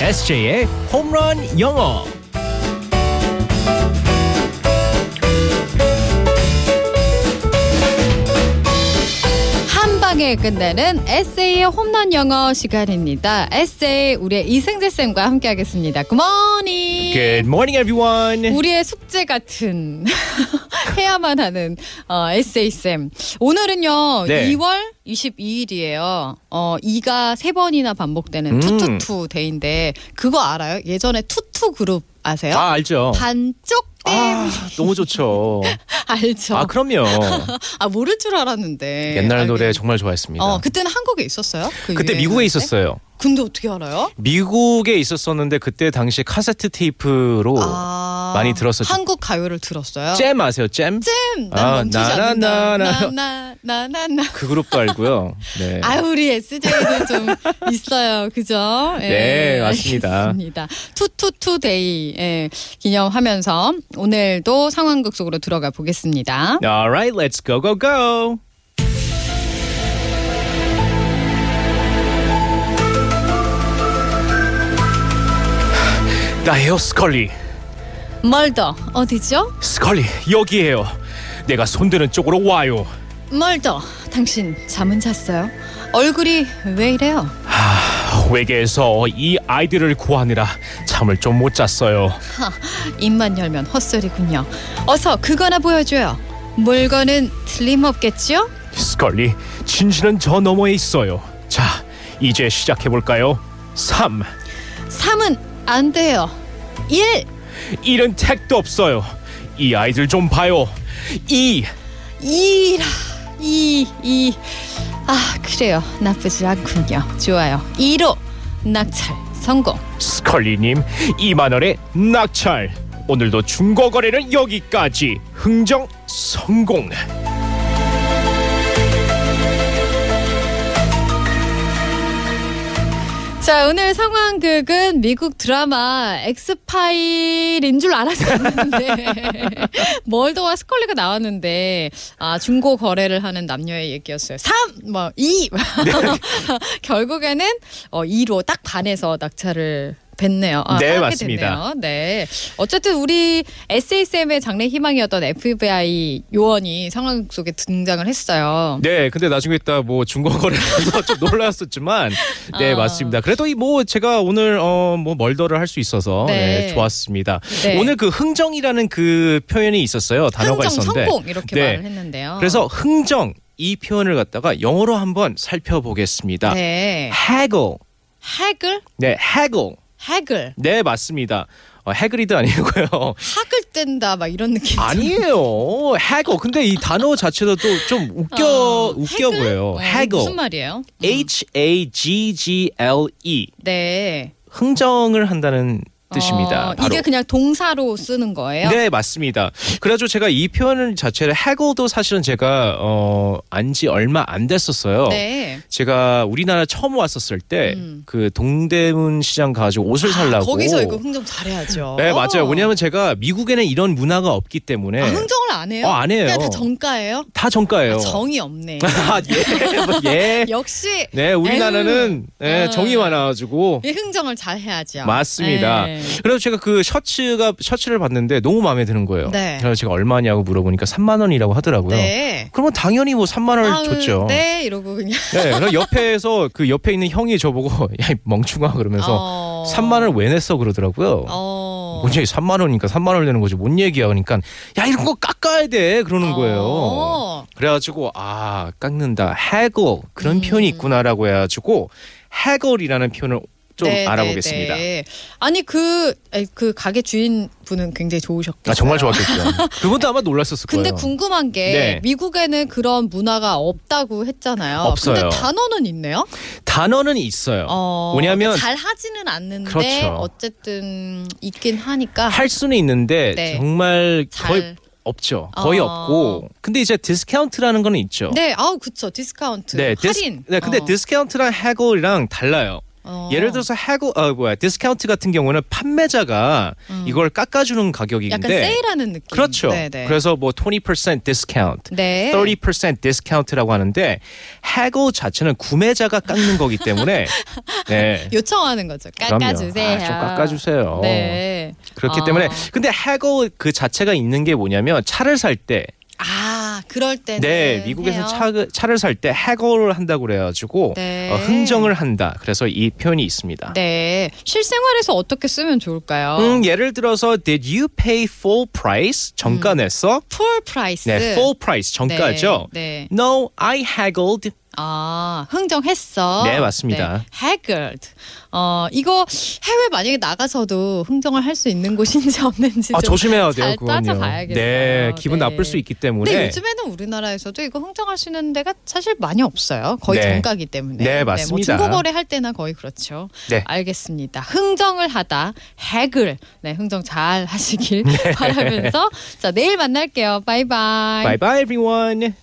SJ의 홈런 영어. 한 방에 끝내는 에세이의 홈런 영어 시간입니다. 에세이 우리의 이승재 쌤과 함께하겠습니다. 굿모닝. Good morning, everyone. 우리의 숙제 같은 해야만 하는 어, 에세이 쌤. 오늘은요 네. 2월 22일이에요. 어, 2가 세 번이나 반복되는 음. 투투투 데이인데 그거 알아요? 예전에 투투 그룹 아세요? 아 알죠. 반쪽 댐 아 너무 좋죠. 알죠? 아 아, 그럼요. 모를 줄 알았는데 옛날 네, 알게 노래 됐- 정말 좋아했습니다. 어 그때는 한국에 있었어요? 그 그때 유행하는데? 미국에 있었어요. 근데 어떻게 알아요? 미국에 있었었는데 그때 당시 카세트 테이프로 아, 많이 들었었죠. 한국 가요를 들었어요. 잼 아세요? 잼? 잼! 아, 난 멈추지 않는다. 나나나나. 나나나나나. 그 그룹도 알고요. 네. 아 우리 SJ도 좀 있어요, 그죠? 예, 네, 맞습니다. 알겠습니다. 투투투데이 예, 기념하면서 오늘도 상황극 속으로 들어가 보겠습니다. All right, let's go go go. 나예요, 스컬리. 네. 멀더 어디죠? 스컬리 여기에요. 내가 손드는 쪽으로 와요. 멀더 당신 잠은 잤어요? 얼굴이 왜 이래요? 외계에서 이 아이들을 구하느라 잠을 좀 못 잤어요. 하, 입만 열면 헛소리군요. 어서 그거나 보여줘요. 물건은 틀림없겠지요? 스컬리, 진실은 저 너머에 있어요. 자, 이제 시작해 볼까요? 3. 3은 안 돼요. 1, 일은 택도 없어요. 이 아이들 좀 봐요. 2. 2라, 2, 2. 아, 그래요. 나쁘지 않군요. 좋아요. 2로 낙찰 성공. 스컬리님 2만원의 낙찰 오늘도 중고거래는 여기까지 흥정 성공 자, 오늘 상황극은 미국 드라마 엑스파일인 줄 알았었는데 멀더와 스컬리가 나왔는데 아, 중고 거래를 하는 남녀의 얘기였어요. 3, 뭐 2. 결국에는 어 2로 딱 반해서 낙찰을 뱉네요. 아, 네, 하게 맞습니다. 됐네요. 네. 어쨌든 우리 SASM의 장래 희망이었던 FBI 요원이 상황극 속에 등장을 했어요. 네 근데 나중에 있다 뭐 중고거래라서 좀 놀랐었지만 네 아. 맞습니다 그래도 이 뭐 제가 오늘 어뭐 멀더를 할 수 있어서 네. 네. 좋았습니다 네. 오늘 그 흥정이라는 그 표현이 있었어요 단어가 흥정 있었는데 성공 이렇게 네. 말을 했는데요. 그래서 흥정 이 표현을 갖다가 영어로 한번 살펴보겠습니다 아. 네. haggle 핵을 네 haggle 핵을 네 맞습니다 어, 해그리드 아니고요 학을 뗀다 막 이런 느낌. 아니에요. 해거. 근데 이 단어 자체도 또 좀 웃겨 어, 웃겨 haggle? 보여요. 어, 해거. 무슨 말이에요? H A G G L E. 네. 흥정을 한다는 뜻입니다. 어, 바로. 이게 그냥 동사로 쓰는 거예요? 네 맞습니다. 그래가지고 제가 이 표현을 자체를 해고도 사실은 제가 어, 안지 얼마 안 됐었어요. 네. 제가 우리나라 처음 왔었을 때 그 음. 동대문 시장 가가지고 옷을 살라고. 아, 거기서 이거 흥정 잘해야죠. 어. 네 맞아요. 왜냐하면 제가 미국에는 이런 문화가 없기 때문에 아, 흥정을 안 해요? 어, 안 해요. 그냥 다 정가예요? 다 정가예요. 아, 정이 없네. 아, 예, 예. 역시 네, 우리나라는 예, 음. 정이 많아가지고 이 흥정을 잘 해야죠. 맞습니다. 네. 그래서 제가 그 셔츠가 셔츠를 봤는데 너무 마음에 드는 거예요. 네. 그래서 제가 얼마냐고 물어보니까 3만 원이라고 하더라고요. 네. 그러면 당연히 뭐 3만 원을 아유, 줬죠. 네, 이러고 그냥. 네, 그래서 옆에서 그 옆에 있는 형이 저보고 야이 멍충아 그러면서 어. 3만 원을 왜 냈어 그러더라고요. 어. 뭔지 3만 원이니까 3만 원을 내는 거지 뭔 얘기야 그러니까 야 이런 거 깎아야 돼 그러는 거예요. 어. 그래가지고 아 깎는다 해골 그런 음. 표현이 있구나라고 해가지고 해골이라는 표현을 좀 네, 알아보겠습니다. 네, 네. 아니 그, 아니, 그 가게 주인 분은 굉장히 좋으셨겠어요. 아 정말 좋았겠죠. 그분도 아마 놀랐었을 근데 거예요. 궁금한 게 네. 미국에는 그런 문화가 없다고 했잖아요. 없어요. 근데 단어는 있네요. 단어는 있어요. 어, 왜냐면 잘 하지는 않는데 그렇죠. 어쨌든 있긴 하니까 할 수는 있는데 네. 정말 잘. 거의 없죠. 거의 어. 없고. 근데 이제 디스카운트라는 거는 있죠. 네, 아우 네, 그쵸 디스카운트 네, 디스- 할인. 네, 근데 어. 디스카운트랑 해골이랑 달라요. 어. 예를 들어서 해고 어 뭐야 디스카운트 같은 경우는 판매자가 음. 이걸 깎아주는 약간 가격인데 세일하는 느낌. 그렇죠. 네네. 그래서 뭐 20% discount, 네. 30% discount라고 하는데 해고 자체는 구매자가 깎는 거기 때문에 네. 요청하는 거죠. 그럼요. 깎아주세요. 아, 좀 깎아주세요. 네. 그렇기 아. 때문에 근데 해고 그 자체가 있는 게 뭐냐면 차를 살 때 아 그럴 때는 네, 미국에서 해요. 차, 차를 살 때 해고를 한다고 그래가지고 네. 어, 흥정을 한다. 그래서 이 표현이 있습니다. 네 실생활에서 어떻게 쓰면 좋을까요? 음, 예를 들어서 did you pay full price? 정가 냈어? 풀 프라이스. 네, full price 정가죠. 음. 네. 네. No, I haggled. 아 흥정했어. 네, 맞습니다. haggled. 어 이거 해외 만약에 나가서도 흥정을 할 수 있는 곳인지 없는지 아, 좀 조심해야 돼요, 잘 그건요. 따져봐야겠어요. 네, 기분 네. 나쁠 수 있기 때문에. 근데 요즘에는 우리나라에서도 이거 흥정할 수 있는 데가 사실 많이 없어요. 거의 네. 정가기 때문에. 네, 맞습니다. 뭐 중고거래 할 때나 거의 그렇죠. 네. 알겠습니다. 흥정을 하다, 핵을. 네, 흥정 네. 잘 하시길 바라면서 자 내일 만날게요. 바이바이. Bye bye everyone.